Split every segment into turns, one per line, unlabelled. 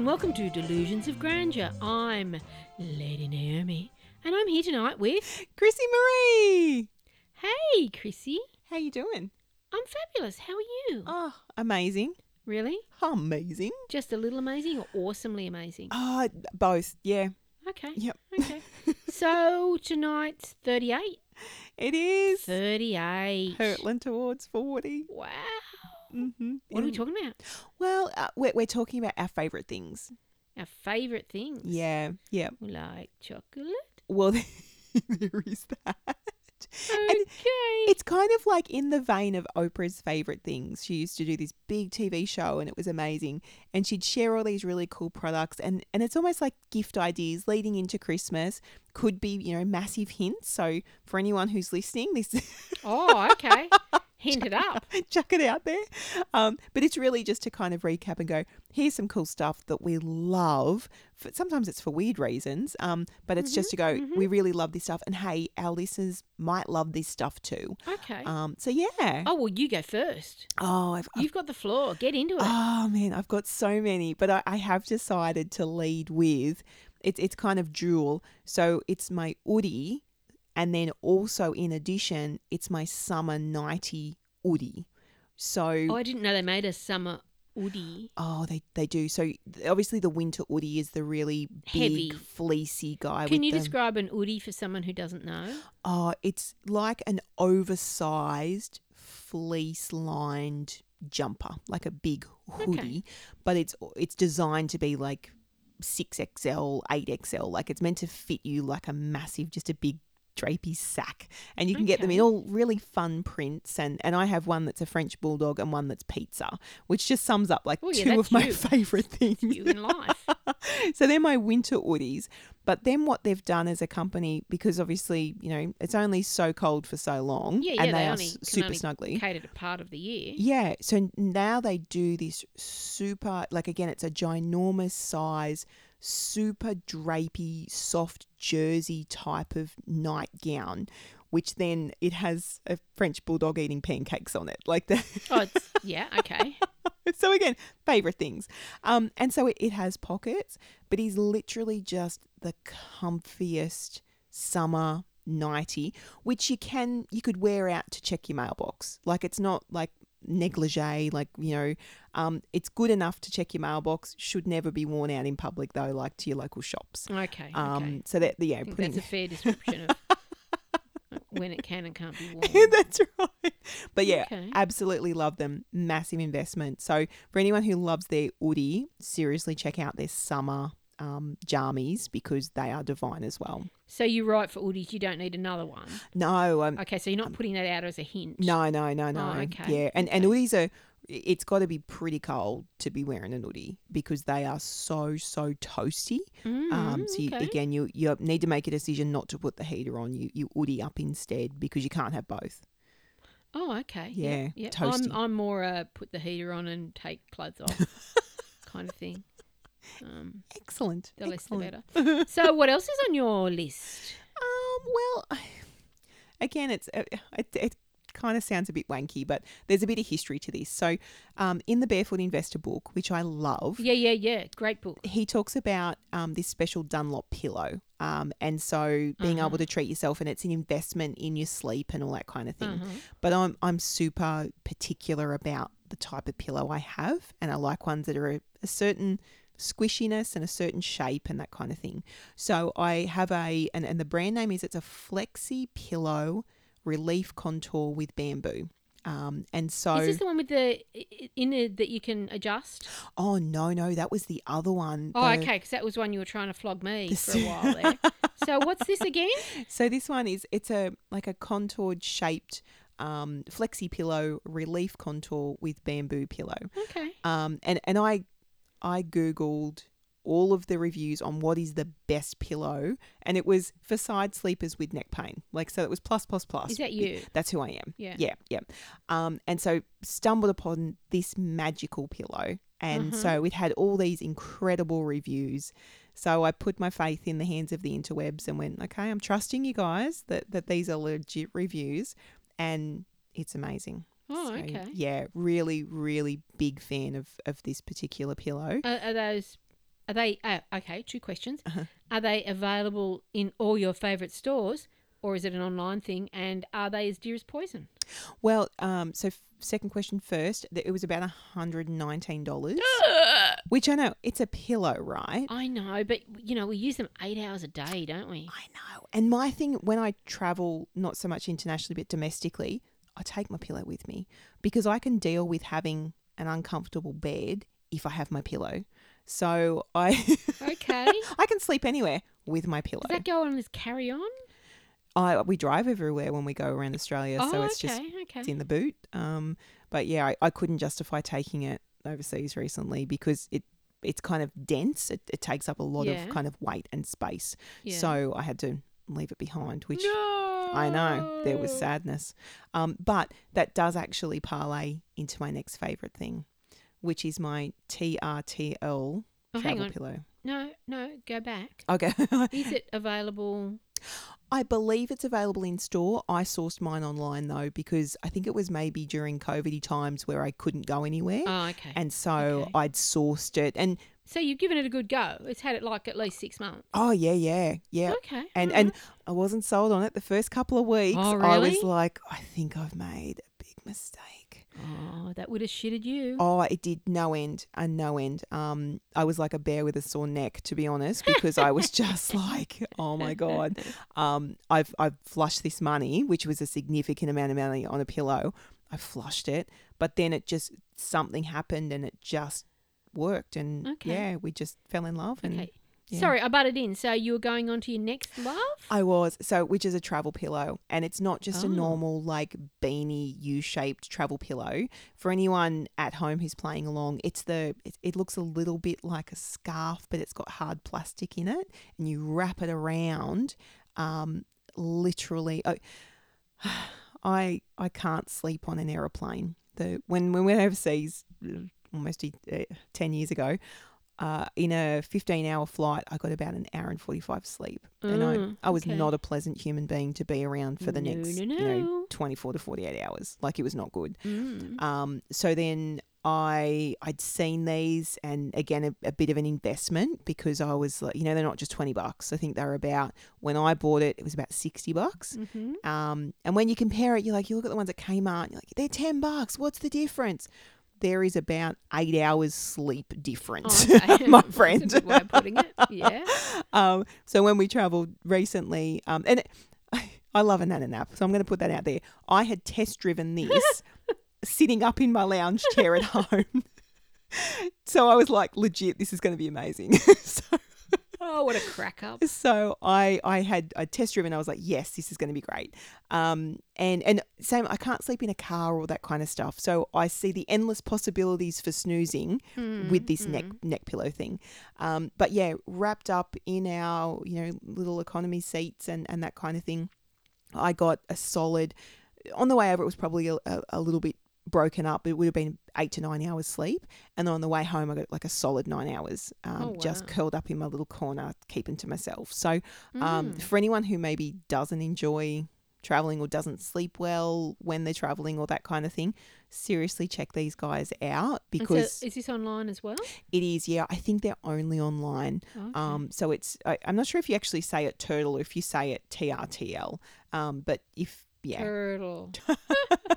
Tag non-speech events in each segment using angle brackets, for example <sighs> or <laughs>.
welcome to Delusions of Grandeur. I'm Lady Naomi, and I'm here tonight with
Chrissy Marie.
Hey, Chrissy.
How you doing?
I'm fabulous. How are you?
Oh, amazing.
Really?
Amazing.
Just a little amazing or awesomely amazing?
Oh, both. Oh. Yeah.
Okay.
Yep. <laughs>
Okay. so tonight's 38.
It is
38.
hurtling towards 40.
Wow.
Mm-hmm.
What are we talking about?
Well, uh, we're, we're talking about our favourite things.
Our favourite things.
Yeah. Yeah.
Like chocolate.
<laughs> Well, there is that.
Okay.
It's kind of like in the vein of Oprah's favorite things. She used to do this big TV show and it was amazing. And she'd share all these really cool products and, and it's almost like gift ideas leading into Christmas could be, you know, massive hints. So for anyone who's listening, this
<laughs>
<laughs>
oh, okay. Hint it up.
chuck it out there. Um, but it's really just to kind of recap and go, here's some cool stuff that we love. For, sometimes it's for weird reasons, um, but it's just to go, we really love this stuff. And hey, our listeners might love this stuff too.
Okay.
Um, so yeah.
oh, well, you go first.
Oh, I've, I've
You've got the floor. Get into it.
oh man, I've got so many, but I, I have decided to lead with it's it's kind of dual. So it's my hoodie, and then also in addition, it's my summer nighty hoodie. So
oh, I didn't know they made a summer hoodie.
Oh, they, they do. So th- obviously the winter hoodie is the really big
Heavy.
fleecy guy.
Can
with
you
the-
describe an hoodie for someone who doesn't
<laughs>
know?
Oh, it's like an oversized fleece lined jumper, like a big hoodie, but it's it's designed to be like 6XL, 8XL, like it's meant to fit you like a massive just a big drapey sack. And you can get them
Okay.
in all really fun prints and and I have one that's a French bulldog and one that's pizza, which just sums up like
Oh,
two
yeah,
of
that's
my
you.
<laughs> favorite things.
You in life.
<laughs> so they're my winter hoodies. But then what they've done as a company, because obviously, you know, it's only so cold for so long
Yeah, yeah,
and they,
they
are
only-
s-
can
super
only
snuggly.
Catered a part of the year.
Yeah. So now they do this super, like, again, it's a ginormous size, super drapey, soft jersey type of nightgown, which then it has a French bulldog eating pancakes on it. Like, the,
Oh, it's, yeah,
<laughs>
okay.
so again, favorite things. Um, and so it, it has pockets, but he's literally just the comfiest summer nighty, which you can you could wear out to check your mailbox. Like it's not like negligee, like you know, um, it's good enough to check your mailbox. Should never be worn out in public though, like to your local shops.
Okay.
Um,
okay.
so that yeah,
I think
putting
that's a
<laughs>
fair description of when it can and can't be worn.
<laughs> That's right. But yeah,
Okay.
absolutely love them. Massive investment. So for anyone who loves their Udi, seriously check out their summer um, jammies because they are divine as well.
So you write for hoodies, you don't need another one.
No, um,
Okay, so you're not putting that out as a hint.
no, no, no, no.
okay,
Yeah, and and Udis are. It's got to be pretty cold to be wearing an Udi because they are so so toasty.
Mm,
Um, so you,
okay.
again, you you need to make a decision not to put the heater on. You you Udi up instead because you can't have both.
Oh, okay.
Yeah,
yeah.
toasty.
I'm, I'm more uh, put the heater on and take clothes off
<laughs>
kind of thing. Um,
Excellent.
the less the
excellent.
better. So, what else is on your list?
Um, well, <sighs> again, it's uh, it, it kind of sounds a bit wanky, but there's a bit of history to this. So, um, in the Barefoot Investor book, which I love,
Yeah, yeah, yeah. Great book.
he talks about um, this special Dunlop pillow. Um, and so being
Mm-hmm.
able to treat yourself and it's an investment in your sleep and all that kind of thing.
Mm-hmm.
But I'm I'm super particular about the type of pillow I have and I like ones that are a, a certain squishiness and a certain shape and that kind of thing. So I have a and, and the brand name is it's a flexi pillow relief contour with bamboo. Um, and so
Is this the one with the i- i- inner that you can adjust?
oh no no that was the other one.
Oh,
the-
okay, because that was one you were trying to flog me
the
for a
s-
while there. so, what's this again?
So this one is it's a like a contoured shaped um, flexi pillow relief contour with bamboo pillow. <laughs>
Okay.
Um, and and I I googled all of the reviews on what is the best pillow, and it was for side sleepers with neck pain. Like so, it was plus plus plus.
Is that you?
That's who I am.
Yeah.
yeah, yeah. Um, and so stumbled upon this magical pillow, and
Mm-hmm.
so it had all these incredible reviews. So I put my faith in the hands of the interwebs and went, okay, I'm trusting you guys that that these are legit reviews, and it's amazing.
Oh,
So,
okay.
Yeah, really, really big fan of of this particular pillow.
Are, are those Are they uh, okay? Two questions.
Uh-huh.
Are they available in all your favourite stores, or is it an online thing? And are they as dear as poison?
Well, um, so f- second question first. th- It was about hundred and nineteen
<gasps>
dollars, which I know it's a pillow, right?
I know, but you know we use them eight hours a day, don't we?
I know. And my thing when I travel, not so much internationally but domestically, I take my pillow with me because I can deal with having an uncomfortable bed if I have my pillow. So I <laughs>
Okay. Does
I can sleep anywhere with my pillow.
that go on as carry on?
I we drive everywhere when we go around Australia, so it's just
Oh, okay.
it's in the boot. Um, but yeah, I, I couldn't justify taking it overseas recently because it it's kind of dense. It, it takes up a lot
Yeah.
of kind of weight and space.
Yeah.
So I had to leave it behind, which
no.
I know there
Oh.
was sadness. Um, but that does actually parlay into my next favorite thing, which is my TRTL
Oh, hang
travel
on.
pillow.
No, no, go back.
Okay. <laughs>
Is it available?
I believe it's available in store. I sourced mine online though because I think it was maybe during COVID times where I couldn't go anywhere.
Oh, okay.
And so
Okay.
I'd sourced it and
so you've given it a good go. It's had it like at least six months.
oh yeah, yeah, yeah.
Okay.
And
all right.
and I wasn't sold on it the first couple of weeks.
Oh,
I
really?
was like, I think I've made a big mistake.
oh, that would have shitted you.
Oh, it did no end and no end. Um, I was like a bear with a sore neck, to be honest, because I was
<laughs>
just like, oh my god, um, I've I've flushed this money, which was a significant amount of money on a pillow. I flushed it, but then it just something happened and it just worked, and
Okay.
yeah, we just fell in love. And
okay.
yeah.
Sorry, I butted in. So you were going on to your next love?
I was so, which is a travel pillow, and it's not just
Oh.
a normal like beanie U-shaped travel pillow. For anyone at home who's playing along, it's the it, it looks a little bit like a scarf, but it's got hard plastic in it, and you wrap it around. Um, literally, oh, <sighs> I I can't sleep on an aeroplane. The when when we went overseas uh, almost uh, ten years ago. Uh, in a 15 hour flight, I got about an hour and 45 sleep and
Mm,
I, I was
okay.
not a pleasant human being to be around for the
No,
next
no,
you know
no.
24 to 48 hours like it was not good
Mm.
um so then I I'd seen these and again a, a bit of an investment because I was like you know they're not just 20 bucks I think they're about when I bought it it was about 60 bucks <laughs>
hmm
um and when you compare it you're like you look at the ones at Kmart and you're like they're 10 bucks what's the difference there is about 8 hours sleep difference <laughs> my friend
Oh, <laughs> That's a good way of putting
<laughs>
it. Yeah.
um, so when we travelled recently, um, and <laughs> I love a nana nap, so I'm going to put that out there. I had test driven this sitting up in my lounge chair at home, <laughs> so I was like, legit, this is going to be amazing. <laughs> so,
Oh, what a crack up.
so I I had I test driven. I was like, yes, this is going to be great. Um, and and same, I can't sleep in a car or that kind of stuff. So I see the endless possibilities for snoozing
Hmm,
with this neck neck pillow thing. Um, but yeah, wrapped up in our you know little economy seats and and that kind of thing. I got a solid. On the way over, it was probably a, a, a little bit broken up. It would have been eight to nine hours sleep, and then on the way home, I got like a solid nine hours, um,
Oh,
just
wow.
curled up in my little corner, keeping to myself. So,
Mm.
um, for anyone who maybe doesn't enjoy traveling or doesn't sleep well when they're traveling or that kind of thing, seriously check these guys out
And so
because
is this online as well?
it is, yeah. I think they're only online.
Okay.
Um, so it's, I, I'm not sure if you actually say it turtle or if you say it TRTL. Um, but if, yeah.
Turtle.
<laughs>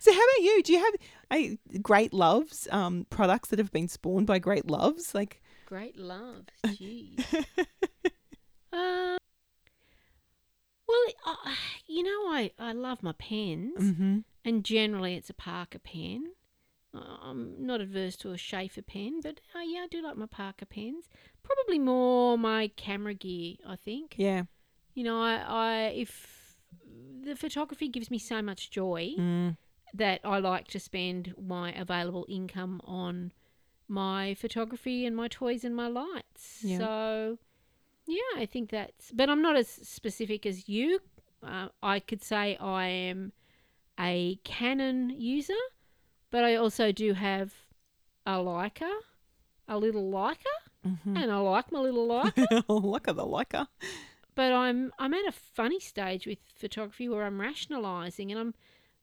So how about you? Do you have a great loves um, products that have been spawned by great loves? Like,
Great love. Jeez. <laughs> uh, well, I you know, I, I love my pens,
mm-hmm.
and generally it's a Parker pen. I- I'm not adverse to a Schaefer pen, but uh, yeah, I do like my Parker pens. Probably more my camera gear, I think.
yeah.
You know, I, I if the photography gives me so much joy
Mm.
that I like to spend my available income on my photography and my toys and my lights.
Yeah.
So, yeah, I think that's. But I'm not as specific as you. Uh, I could say I am a Canon user, but I also do have a Leica, a little Leica,
Mm-hmm.
and I like my little Leica
<laughs> Look at the liker.
but I'm I'm at a funny stage with photography where I'm rationalizing and I'm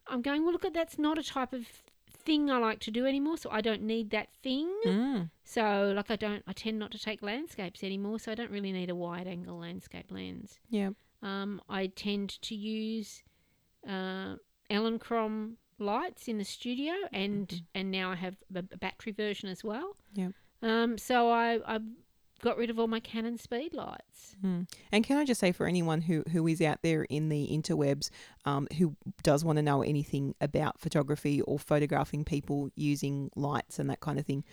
I'm going well look at that's not a type of thing I like to do anymore, so I don't need that thing.
Mm.
So, like, I don't, I tend not to take landscapes anymore, so I don't really need a wide angle landscape lens.
Yeah.
Um, I tend to use uh, Elancrom lights in the studio, and and now I have a a battery version as well.
Yep.
Um, so I I got rid of all my Canon speed lights.
And can I just say for anyone who, who is out there in the interwebs um, who does want to know anything about photography or photographing people using lights and that kind of thing,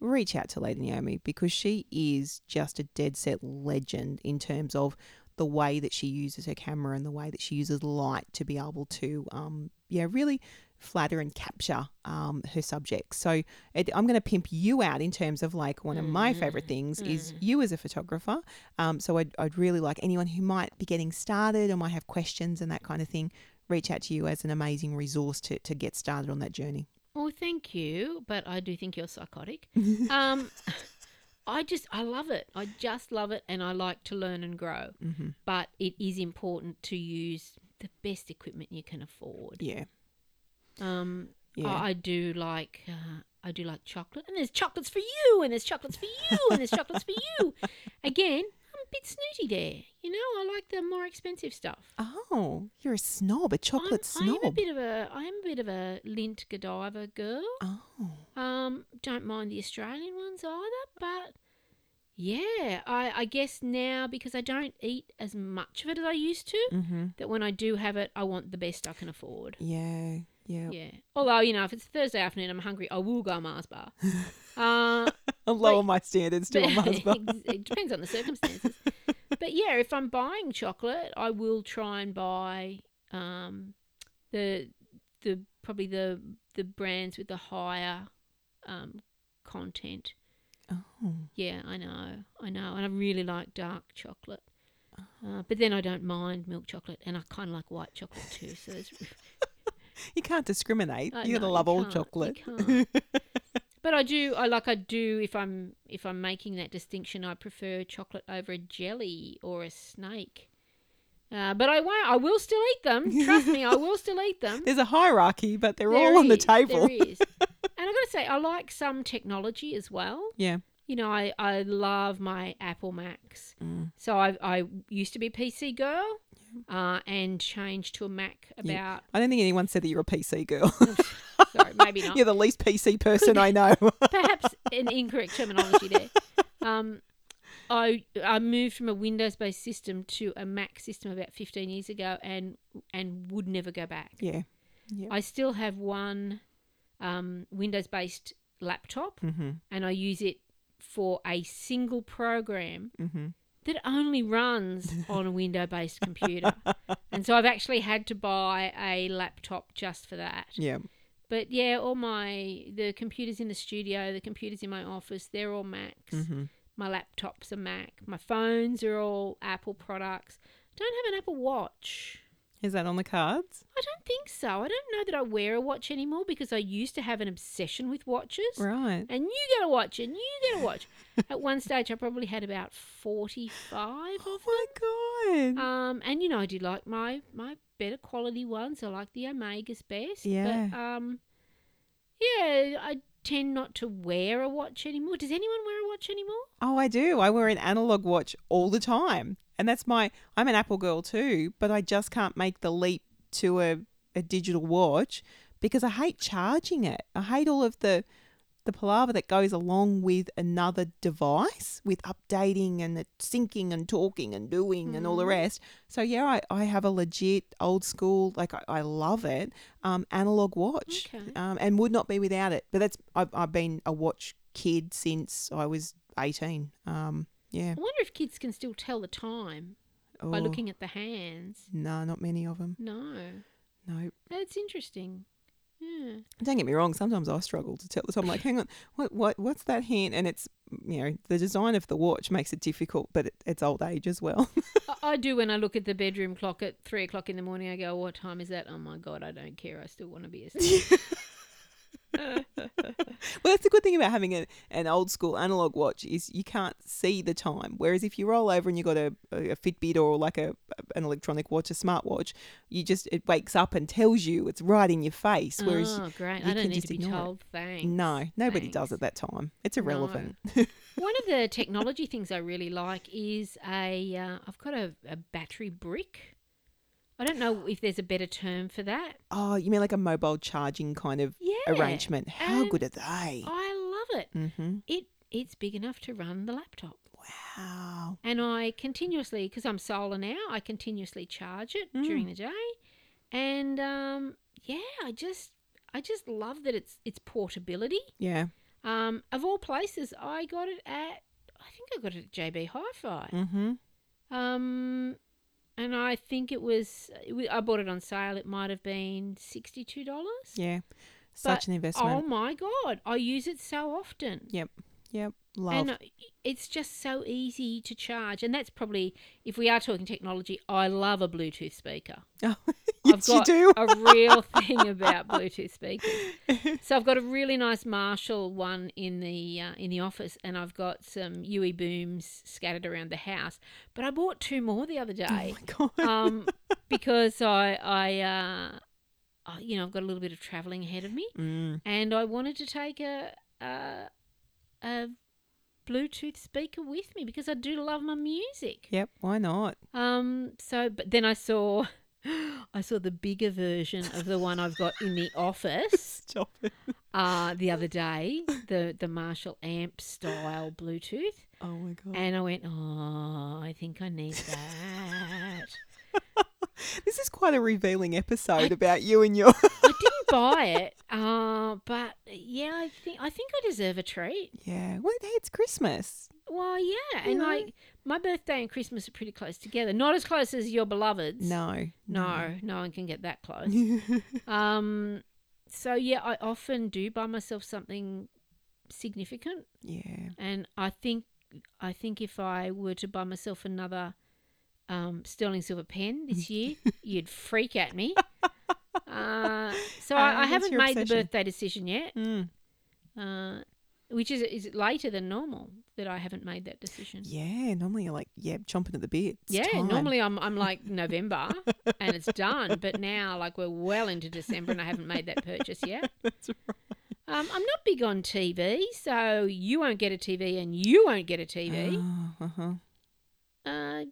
reach out to Lady Naomi because she is just a dead set legend in terms of the way that she uses her camera and the way that she uses light to be able to, um, yeah, really flatter and capture um, her subjects. So it, I'm going to pimp you out in terms of like one of my favorite things is you as a photographer. Um, so I'd, I'd really like anyone who might be getting started or might have questions and that kind of thing, reach out to you as an amazing resource to, to get started on that journey.
Well, thank you, but I do think you're
<laughs>
psychotic. um, I just I love it. I just love it, and I like to learn and grow.
hmm
But it is important to use the best equipment you can afford.
Yeah.
Um,
Yeah.
I, I do like uh, I do like chocolate, and there's chocolates for you, and there's chocolates for you, and there's chocolates for
<laughs>
you. Again, I'm a bit snooty there. You know, I like the more expensive stuff.
oh, you're a snob, a
I'm-
chocolate
I am a
snob.
bit of a I am a bit of a lint Godiva girl.
oh,
Um, don't mind the Australian ones either, but yeah, I, I guess now because I don't eat as much of it as I used to,
mm-hmm.
that when I do have it, I want the best I can afford.
yeah, yeah.
Yeah. Although, you know, if it's Thursday afternoon, I'm hungry, I will go a Mars bar. Uh,
I'll lower my standards to
but-
a
<laughs>
husband.
it depends on the circumstances. but yeah, if I'm buying chocolate, I will try and buy um, the the probably the the brands with the higher um, content.
oh,
Yeah, I know, I know, and I really like dark chocolate. Uh, but then I don't mind milk chocolate, and I kind of like white chocolate too. So there's
you can't discriminate.
I
you gotta
know,
love all
can't, you
chocolate.
can't. but I do. I like. I do. If I'm if I'm making that distinction, I prefer chocolate over a jelly or a snake. Uh, but I won't. I will still eat them. Trust me, I will still eat
<laughs>
them.
<laughs> There's a hierarchy, but they're
There
all on the
is, there
table. <laughs>
is. And I've got to say, I like some technology as well.
Yeah.
You know, I, I love my Apple Macs.
Mm.
So I, I used to be PC girl uh, and changed to a Mac about,
I don't think anyone said that you're a PC girl. <laughs>
sorry, maybe not.
you're the least PC person I know.
<laughs>
<laughs>
perhaps an incorrect terminology there. Um, I I moved from a Windows based system to a Mac system about 15 years ago, and and would never go back.
yeah.
I still have one um, Windows based laptop,
Mm-hmm.
and I use it for a single program
Mm-hmm.
that only
<laughs>
runs on a window based computer. and so I've actually had to buy a laptop just for that.
Yeah.
But yeah, all my the computers in the studio, the computers in my office, they're all Macs.
Mm-hmm.
My laptops are Mac. My phones are all Apple products. Don't have an Apple Watch.
Is that on the cards?
I don't think so. I don't know that I wear a watch anymore because I used to have an obsession with watches.
Right.
And you get a watch, and you get a
<laughs>
watch. At one stage, I probably had about forty-five of
<laughs> Oh my god.
um, and you know, I do like my my better quality ones. I like the Omegas best.
Yeah.
But, um, yeah, I tend not to wear a watch anymore. Does anyone wear a watch anymore?
oh, I do. I wear an analog watch all the time. And that's my I'm an Apple girl too, but I just can't make the leap to a, a digital watch because I hate charging it. I hate all of the the palaver that goes along with another device with updating and the syncing and talking and doing and
Mm.
all the rest. So yeah, I, I have a legit old school, like I, I love it, um, analog watch
Okay.
um, and would not be without it. But that's, I've, I've been a watch kid since I was 18. Um, yeah.
I wonder if kids can still tell the time
Oh,
by looking at the hands.
No, not many of them.
No,
No.
that's interesting. Yeah.
Don't get me wrong. Sometimes I struggle to tell the time. I'm like, hang on, what, what, what's that hand? And it's, you know, the design of the watch makes it difficult, but it, it's old age as well. <laughs>
I- I do when I look at the bedroom clock at three o'clock in the morning. I go, "What time is that?" Oh my god, I don't care. I still want to be asleep.
Well, that's the good thing about having a, an old school analog watch is you can't see the time. Whereas if you roll over and you got a, a Fitbit or like a an electronic watch, a smartwatch, you just it wakes up and tells you it's right in your face. <laughs> Whereas
oh, great.
you
I don't
can
need
just
to be
ignore it.
told. Thanks.
no, nobody
Thanks.
does at that time. It's irrelevant.
One of the technology things I really like is a. Uh, I've got a, a battery brick. I don't know if there's a better term for that.
<laughs> oh, you mean like a mobile charging kind of
Yeah.
arrangement? How
and
good are they?
I love it.
mm-hmm.
It it's big enough to run the laptop.
Wow.
And I continuously, because I'm solar now, I continuously charge it
Mm.
during the day. And um, yeah, I just I just love that it's it's portability.
Yeah.
Um, of all places, I got it at I think I got it at JB Hi-Fi.
Mm-hmm.
Um, and I think it was it wa- I bought it on sale. It might have been sixty two dollars.
Yeah. Such an
Oh
investment.
my god! I use it so often.
yep. Yep. Love.
And uh, it's just so easy to charge. And that's probably, if we are talking technology, I love a Bluetooth speaker.
Oh,
I've
yes,
got
you do. <laughs> Oh
a real thing about Bluetooth speakers. So I've got a really nice Marshall one in the uh, in the office, and I've got some UE booms scattered around the house. But I bought two more the other day
Oh my god.
um, because I I. Uh, I- you know, I've got a little bit of travelling ahead of me,
Mm.
and I wanted to take a, a a Bluetooth speaker with me because I do love my music.
Yep. Why not?
Um. So, but then I saw, <gasps> I saw the bigger version of the one I've got in the office
Stop it.
uh, the other day, the the Marshall amp style Bluetooth,
Oh my god.
and I went, oh, I think I need that.
This is quite a revealing episode about you and your. <laughs>
I didn't buy it, uh, but yeah, I think I think I deserve a treat.
yeah. Well, hey, it's Christmas.
Well, yeah, and
Yeah.
like my birthday and Christmas are pretty close together. Not as close as your beloveds.
No.
no, no one can get that close.
<laughs> no.
Um, so yeah, I often do buy myself something significant,
yeah.
and I think I think if I were to buy myself another um, sterling silver pen this
<laughs>
year, you'd freak at me. Uh, so
Uh,
I, I
that's
haven't
your
made the
obsession.
birthday decision yet,
Mm.
uh, which is is it later than normal that I haven't made that decision.
Yeah. Normally you're like, yeah, chomping at the bit. It's
yeah,
time.
normally I'm I'm
<laughs>
like November and it's done, but now like we're well into December and I haven't made that purchase yet.
<laughs> That's right.
Um, I'm not big on TV, so you won't get a TV and you won't get a TV.
Oh, uh-huh. Ah.
Uh,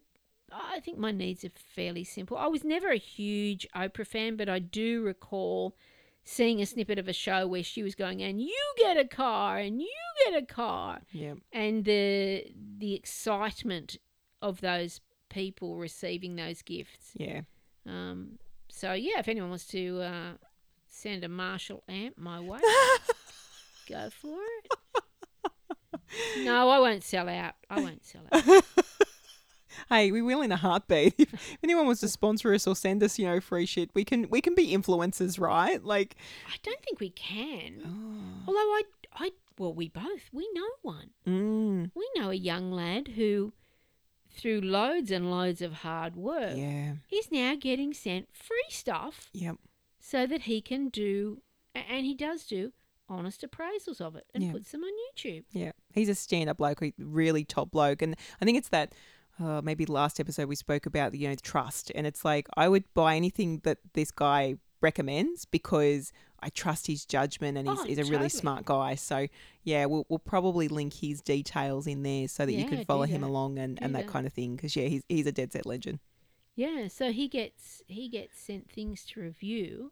I think my needs are fairly simple. I was never a huge Oprah fan, but I do recall seeing a snippet of a show where she was going, and you get a car, and you get a car.
Yep.
And the the excitement of those people receiving those gifts.
Yeah. <laughs>
Um, so, yeah, if anyone wants to uh, send a Marshall amp my way, go for it. No, I won't sell out. I won't sell out.
hey, we will in a heartbeat. <laughs> If anyone wants to sponsor us or send us, you know, free shit, we can we can be influencers, right? Like,
I don't think we can.
oh.
Although I, I, well, we both we know one.
mm,
We know a young lad who, through loads and loads of hard work,
yeah,
he's now getting sent free stuff
yep,
so that he can do, a- and he does do honest appraisals of it and
Yeah.
puts them on YouTube.
yeah. He's a stand-up bloke, a really top bloke, and I think it's that. Uh, maybe last episode we spoke about you know trust, and it's like I would buy anything that this guy recommends because I trust his judgment, and he's,
Oh,
he's a really
totally.
smart guy. So yeah, we'll, we'll probably link his details in there so that you
Yeah,
can
do
follow him
that.
along and,
Do
and that
that.
kind of thing. Because yeah, he's he's a dead set legend.
Yeah, so he gets he gets sent things to review,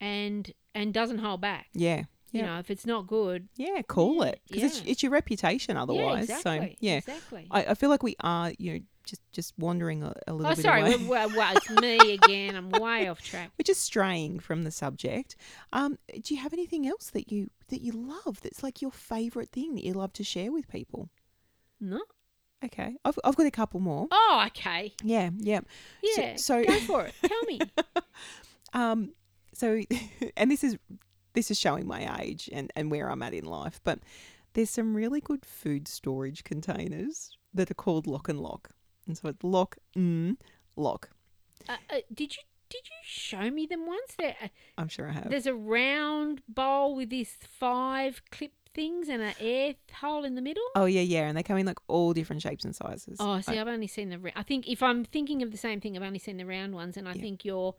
and and doesn't hold back.
Yeah,
You
Yeah.
know, if it's not good,
Yeah, call
Yeah,
it because it's,
yeah.
it's your reputation otherwise.
yeah, exactly,
So yeah,
exactly.
I, I feel like we are you know just just wandering a, a little
Oh,
bit
sorry.
away. <laughs>
Well, well, well, it's me again. I'm way off track.
We're just straying from the subject. Um, do you have anything else that you that you love that's like your favorite thing that you love to share with people?
No.
Okay, I've I've got a couple more.
Oh, okay.
Yeah, yeah. So-
Yeah.
so-
go for it. Tell
<laughs>
me. Uh,
Um, so, <laughs> and this is this is showing my age and and where I'm at in life, but there's some really good food storage containers that are called lock and lock, and so it's lock mm lock.
Uh, uh, did you Did you show me them once? There,
I'm sure I have.
there's a round bowl with these five clip things and an air hole in the middle.
Oh yeah, yeah, and they come in like all different shapes and sizes.
Oh, see, I've only seen the. ra- I think if I'm thinking of the same thing, I've only seen the round ones, and I
Yeah.
think your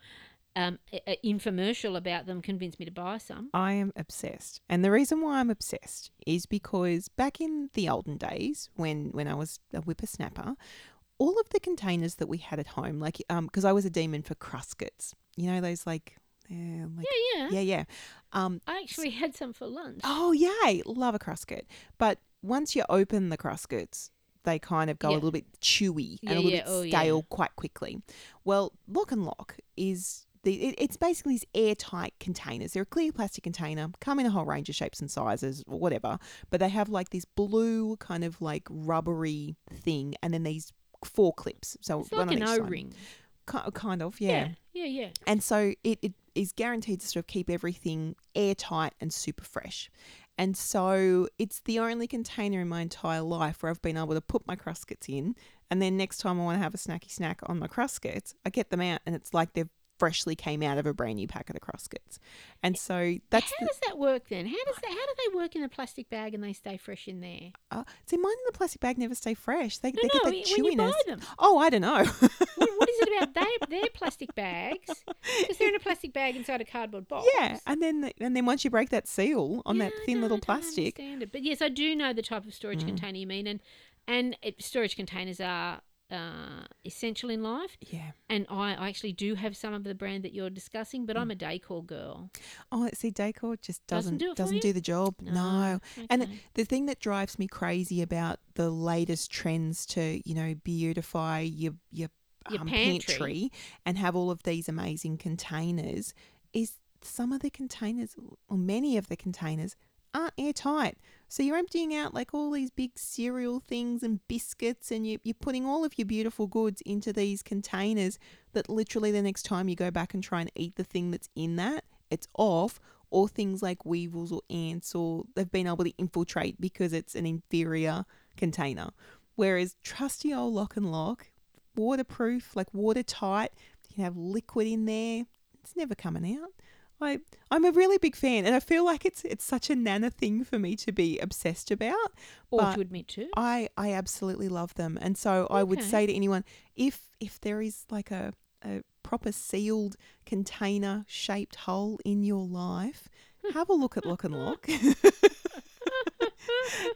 um, i- i- infomercial about them convinced me to buy some.
I am obsessed. And the reason why I'm obsessed is because back in the olden days when when I was a whippersnapper, all of the containers that we had at home, like um because I was a demon for cruscuts. You know those like yeah, like
Yeah, yeah.
yeah, yeah. Um
I actually had some for lunch.
oh yay, love a cruscut. But once you open the cruscuts, they kind of go
Yeah.
a little bit chewy and
Yeah,
a little
yeah,
bit
oh, yeah.
stale quite quickly. Well, lock and lock is the it, it's basically these airtight containers. They're a clear plastic container, come in a whole range of shapes and sizes or whatever, but they have like this blue kind of like rubbery thing, and then these four clips. So
it's
one
like an
on each
O
side.
ring.
Ki- kind of, yeah.
Yeah, yeah, yeah.
And so it, it is guaranteed to sort of keep everything airtight and super fresh. And so it's the only container in my entire life where I've been able to put my cruscuts in. And then next time I want to have a snacky snack on my cruscuts, I get them out and it's like they've freshly came out of a brand new packet of cruscuts. And so that's
how
the,
does that work then? How does that? How do they work in a plastic bag and they stay fresh in there?
uh, see, mine in the plastic bag never stay fresh. They,
No,
they
no.
get that
i- when you
chewiness.
buy them,
Oh, I don't know. <laughs>
what, what is it about they, their plastic <laughs> bags? Because they're in a plastic bag inside a cardboard box.
yeah, and then and then once you break that seal on
Yeah,
that
I
thin
don't-
little
I don't
plastic, Mm.
understand it. But yes, I do know the type of storage container you mean, and and it, storage containers are uh, essential in life.
yeah.
And I, I actually do have some of the brand that you're discussing,
Mm.
but I'm a decor girl.
Oh, see, decor just
Doesn't
doesn't
do it
doesn't
for
do,
you?
the job.
No,
No, and
okay.
the thing that drives me crazy about the latest trends to you know beautify your your,
Your
um,
pantry.
and have all of these amazing containers is some of the containers or many of the containers aren't airtight. So you're emptying out like all these big cereal things and biscuits, and you, you're putting all of your beautiful goods into these containers that literally the next time you go back and try and eat the thing that's in that, it's off, or things like weevils or ants, or they've been able to infiltrate because it's an inferior container. Whereas trusty old lock and lock, waterproof, like watertight, you can have liquid in there, it's never coming out. I I'm a really big fan, and I feel like it's it's such a nana thing for me to be obsessed about.
Or
but-
to admit to.
I I absolutely love them, and so I would
Okay.
say to anyone if if there is like a a proper sealed container shaped hole in your life,
Hmm.
have a look at Lock and Lock. <laughs>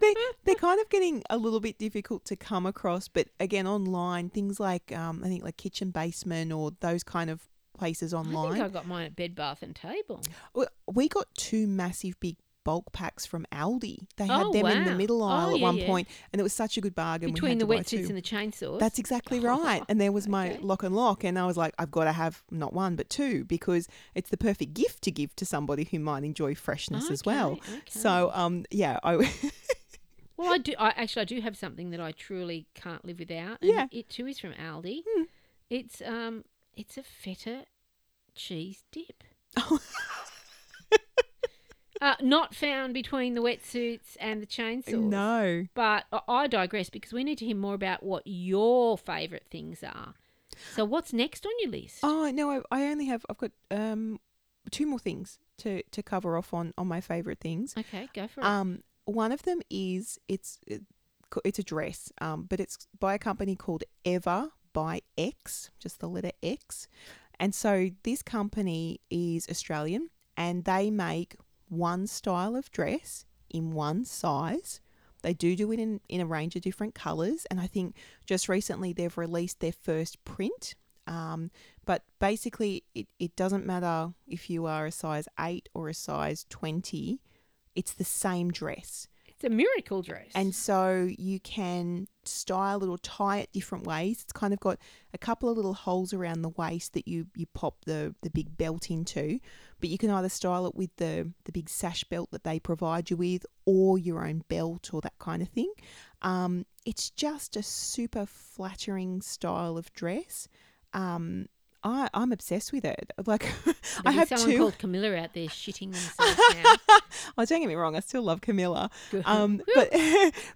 they
<laughs>
they're kind of getting a little bit difficult to come across, but again online things like um, I think like kitchen basement or those kind of places
I
online.
think I got mine at Bed Bath and Table.
We- We got two massive big bulk packs from Aldi. They had
Oh,
them in the
wow.
middle
Oh,
aisle at
yeah,
one
yeah.
point, and it was such a good bargain. we
Between
had
the
to buy
wetsuits
two.
and the chainsaws. <laughs>
That's exactly right. And there was my
Okay.
lock and lock, and I was like, I've got to have not one but two because it's the perfect gift to give to somebody who might enjoy freshness as well.
Okay, okay.
So, um, yeah, I
Well, I do. I actually I do have something that I truly can't live without. And
Yeah.
It too is from Aldi.
Hmm.
It's um, it's a feta cheese
<laughs>
dip.
Oh.
uh, not found between the wetsuits and the chainsaws.
<laughs> no.
But I- I digress because we need to hear more about what your favourite things are. So what's next on your list?
Oh no, I, I only have I've got um two more things to to cover off on on my favorite things.
Okay, go for it.
Um, one of them is it's it- it's a dress, um, but it's by a company called Ever by X, just the letter X. And so this company is Australian, and they make one style of dress in one size. They do do it in, in a range of different colors, and I think just recently they've released their first print. Um, but basically, it, it doesn't matter if you are a size 8 or a size 20, it's the same dress.
it's a miracle dress.
And so you can style it or tie it different ways. It's kind of got a couple of little holes around the waist that you, you pop the, the big belt into. But you can either style it with the, the big sash belt that they provide you with or your own belt or that kind of thing. Um, it's just a super flattering style of dress. Um, I, I'm obsessed with it. Like <laughs> I
There'll be
have
someone
two.
called Camilla out there shitting themselves now.
<laughs> oh, don't get me wrong.
<laughs>
I still love Camilla.
Good.
<laughs> Um, but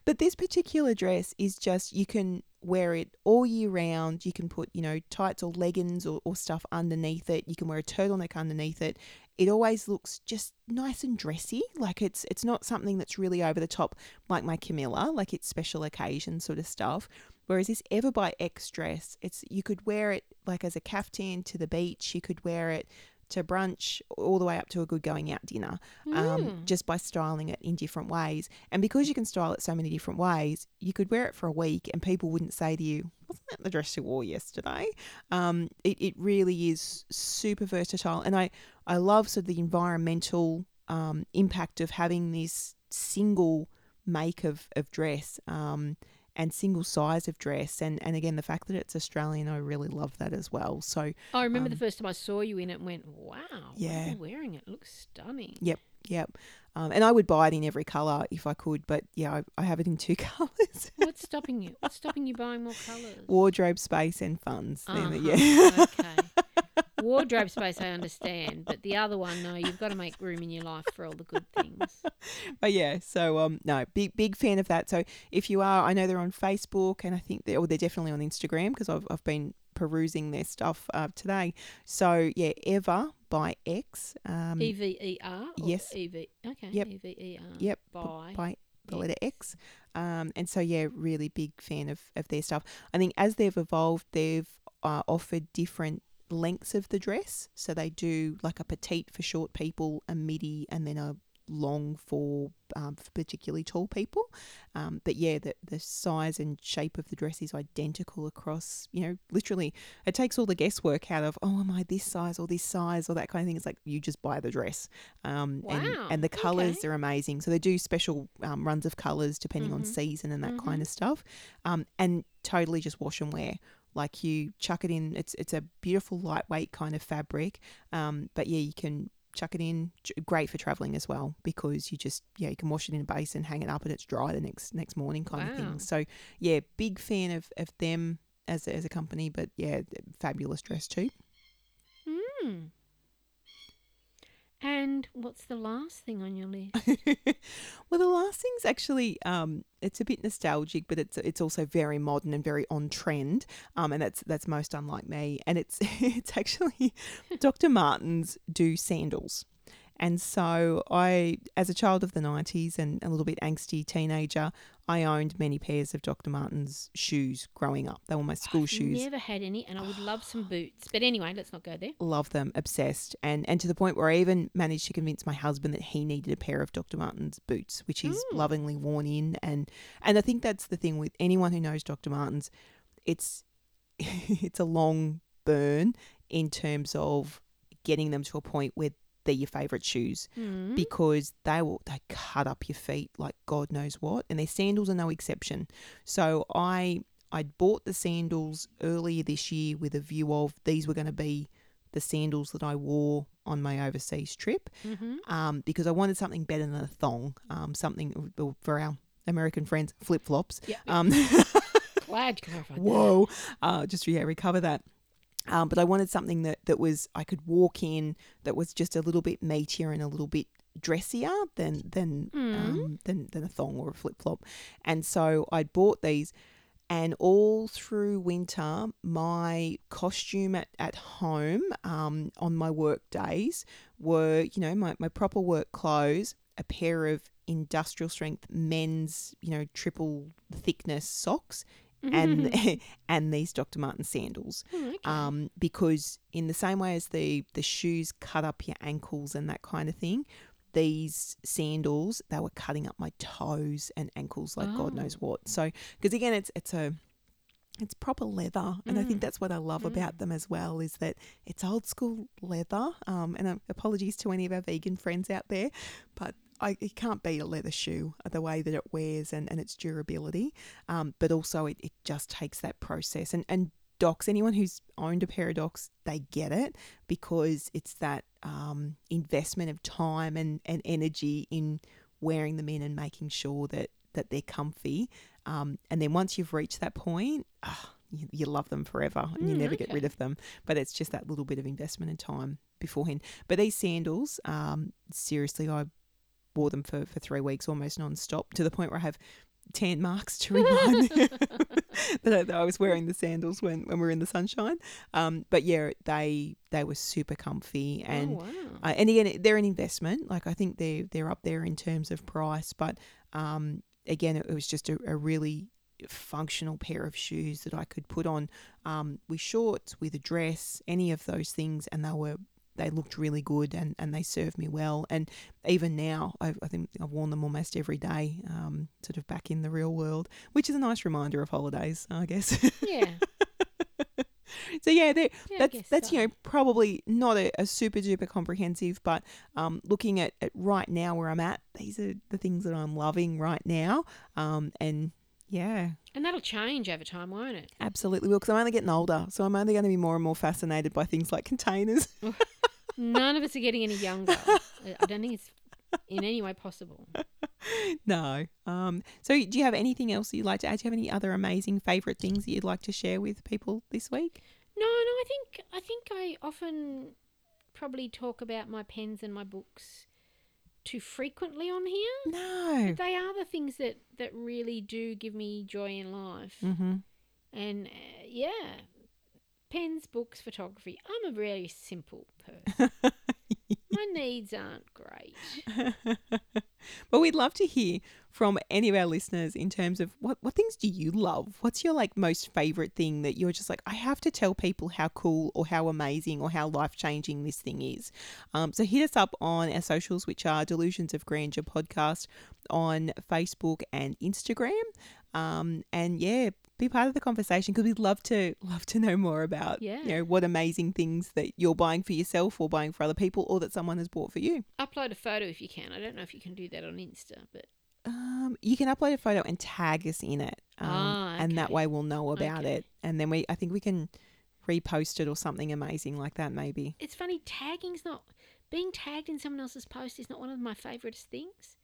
but this particular dress is just you can wear it all year round. You can put, you know, tights or leggings or, or stuff underneath it. You can wear a turtleneck underneath it. It always looks just nice and dressy. Like it's it's not something that's really over the top like my Camilla, like it's special occasion sort of stuff. Whereas this Everby X dress, it's you could wear it like as a caftan to the beach. You could wear it to brunch, all the way up to a good going out dinner, um,
Hmm.
just by styling it in different ways. And because you can style it so many different ways, you could wear it for a week and people wouldn't say to you, wasn't that the dress you wore yesterday? Um, it, it really is super versatile. And I, I love sort of the environmental um, impact of having this single make of, of dress um, and single size of dress. And, and again, the fact that it's Australian, I really love that as well. So,
I remember the first time I saw you in it and went, wow, what are
Um, Yeah.
you wearing it? Looks stunning.
Yep, yep. Um, and I would buy it in every colour if I could, but yeah, I, I have it in two <laughs> colours
What's stopping you? What's stopping you buying more colours?
wardrobe space and funds. They're the- Yeah.
Uh-huh, okay.
<laughs>
Wardrobe space, I understand, but the other one, no, you've got to make room in your life for all the good things.
But yeah, so um, no, big, big fan of that. So if you are, I know they're on Facebook and I think they're, or they're definitely on Instagram because I've, I've been perusing their stuff uh, today. So yeah, Ever by X. Um,
E V E R. or
yes.
E V. Okay.
Yep.
E V E R.
Yep. b-
By.
By the letter X. Um, and so, yeah, really big fan of, of their stuff. I think as they've evolved, they've uh, offered different lengths of the dress. So they do like a petite for short people, a midi, and then a long for, um, for particularly tall people. Um, but yeah, the, the size and shape of the dress is identical across, you know, literally it takes all the guesswork out of, oh, am I this size or this size or that kind of thing. It's like you just buy the dress. Um, and,
Wow,
and the colours
okay.
are amazing. So they do special um, runs of colours depending on
Mhm.
season and that kind of stuff. Um, and totally just wash and wear. Like you chuck it in, it's it's a beautiful lightweight kind of fabric. Um, but yeah, you can chuck it in. J- Great for traveling as well because you just yeah you can wash it in a basin, hang it up, and it's dry the next next morning kind of
Wow.
thing. So yeah, big fan of of them as a, as a company. But yeah, fabulous dress too.
Hmm. And what's the last thing on your list?
Oh, <laughs> well, the last thing's actually um, it's a bit nostalgic, but it's it's also very modern and very on trend, um, and that's that's most unlike me. And it's <laughs> it's actually Dr. Martens do sandals. And so I, as a child of the 90s and a little bit angsty teenager, I owned many pairs of Dr. Martens shoes growing up. They were my
Oh,
school shoes.
Never had any, and I would love some boots. But anyway, let's not go there.
love them, obsessed, and and to the point where I even managed to convince my husband that he needed a pair of Dr. Martens boots, which he's lovingly worn in, and and I think that's the thing with anyone who knows Dr. Martens, it's <laughs> it's a long burn in terms of getting them to a point where they're your favorite shoes
Hmm.
because they will they cut up your feet like God knows what, and their sandals are no exception. So I I bought the sandals earlier this year with a view of these were going to be the sandals that I wore on my overseas trip
Mm-hmm.
um, because I wanted something better than a thong, um, something or for our American friends flip flops.
Yeah.
Um, <laughs>
Glad you clarified. that.
whoa uh, just to yeah, recover that um, but i wanted something that, that was i could walk in that was just a little bit meatier and a little bit dressier than than um, than, than a thong or a flip-flop and so i bought these and all through winter my costume at, at home um, on my work days were you know my, my proper work clothes a pair of industrial strength men's you know triple thickness socks and <laughs> and these Dr. Martin sandals.
Hmm, okay.
Um, because in the same way as the the shoes cut up your ankles and that kind of thing, these sandals they were cutting up my toes and ankles like God
Oh.
knows what. So because again, it's it's a it's proper leather, and I think
Mm.
that's what I love about them as well is that it's old school leather. Um, and uh, apologies to any of our vegan friends out there, but I, it can't be a leather shoe uh, the way that it wears and, and its durability. Um, but also it, it just takes that process and and docs anyone who's owned a pair of docs they get it because it's that um, investment of time and, and energy in wearing them in and making sure that that they're comfy um, and then once you've reached that point ah, you, you love them forever and you
Mm,
never get
okay.
rid of them but it's just that little bit of investment and time beforehand but these sandals um, seriously i wore them for, for three weeks almost non-stop to the point where i have tan marks to remind me <laughs> that, I, that I was wearing the sandals when, when we were in the sunshine. Um, but yeah, they they were super comfy and
oh,
<laughs>
wow.
uh, and again, they're an investment. Like I think they're they're up there in terms of price, but um, again, it, it was just a, a really functional pair of shoes that I could put on um, with shorts, with a dress, any of those things, and they were they looked really good and, and they served me well. And even now, I've, I think I've worn them almost every day, um, sort of back in the real world, which is a nice reminder of holidays, I guess. <laughs>
yeah.
so yeah, they're,
yeah I
that's
guess
that's
so.
you know probably not a, a super duper comprehensive but um, looking at, at right now where i'm at these are the things that i'm loving right now um, and yeah
And that'll change over time, won't it?
absolutely will because i'm only getting older so i'm only going to be more and more fascinated by things like containers <laughs>
None of us are getting any younger. I I don't think it's in any way possible.
no um, so do you have anything else that you'd like to add do you have any other amazing favorite things that you'd like to share with people this week
No, no, I think I think I often probably talk about my pens and my books too frequently on here.
no
They are the things that that really do give me joy in life.
mm-hmm.
And uh, yeah, pens, books, photography. I'm a really simple
<laughs>
person. my needs aren't great.
<laughs> but we'd love to hear from any of our listeners in terms of what, what things do you love? What's your like most favorite thing that you're just like, I have to tell people how cool or how amazing or how life changing this thing is. Um, so hit us up on our socials, which are Delusions of Grandeur podcast on Facebook and Instagram. Um, and yeah, be part of the conversation because we'd love to love to know more about
Yeah.
you know what amazing things that you're buying for yourself or buying for other people or that someone has bought for you.
Upload a photo if you can. I don't know if you can do that on Insta, but
Um, you can upload a photo and tag us in it, um,
Ah,
and that
okay.
way we'll know about
Okay.
it. And then we, I think we can repost it or something amazing like that, maybe.
it's funny tagging's not being tagged in someone else's post is not one of my favorite things.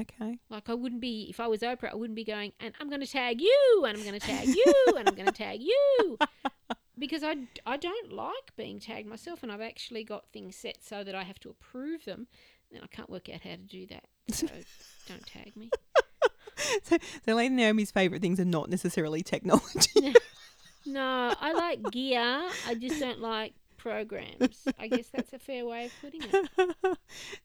Okay.
Like I wouldn't be if I was Oprah, I wouldn't be going and I'm going to tag you and I'm going to tag you and I'm going to tag you because I I don't like being tagged myself and I've actually got things set so that I have to approve them and I can't work out how to do that. So don't tag me.
So, so Lady Naomi's favorite things are not necessarily technology. <laughs>
No, I like gear. I just don't like programs. I guess that's a fair way of putting it.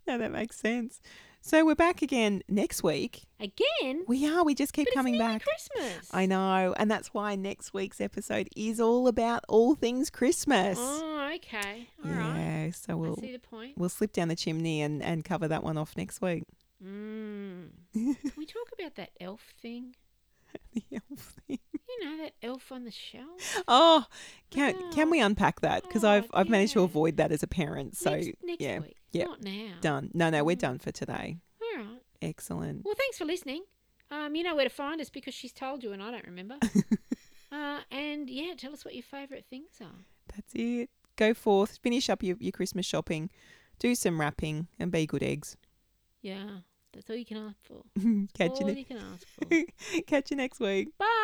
no, that makes sense. So we're back again next week.
Again,
We are. We just keep
but
coming
it's nearly
back.
Christmas.
I know, and that's why next week's episode is all about all things Christmas.
Oh, okay. All right.
yeah. So
I
we'll
see the point.
<laughs> we'll slip down the chimney and and cover that one off next week. <laughs>
Mm. Can we talk about that elf thing?
the elf thing.
You know that elf on the shelf.
Oh, can can
Oh.
we unpack that? Because
Oh,
I've I've managed to
yeah.
avoid that as a parent. So
next, next
yeah,
week.
yeah.
Not now.
done. No, no, we're done for today.
All right.
Excellent.
Well, thanks for listening. Um, you know where to find us because she's told you, and I don't remember.
<laughs>
uh, and yeah, tell us what your favourite things are.
That's it. Go forth, finish up your, your Christmas shopping, do some wrapping, and be good eggs. <laughs>
Yeah, that's all you can ask for.
catch
all
you <laughs>
you can ask for.
ne- catch you next week.
Oh, Bye.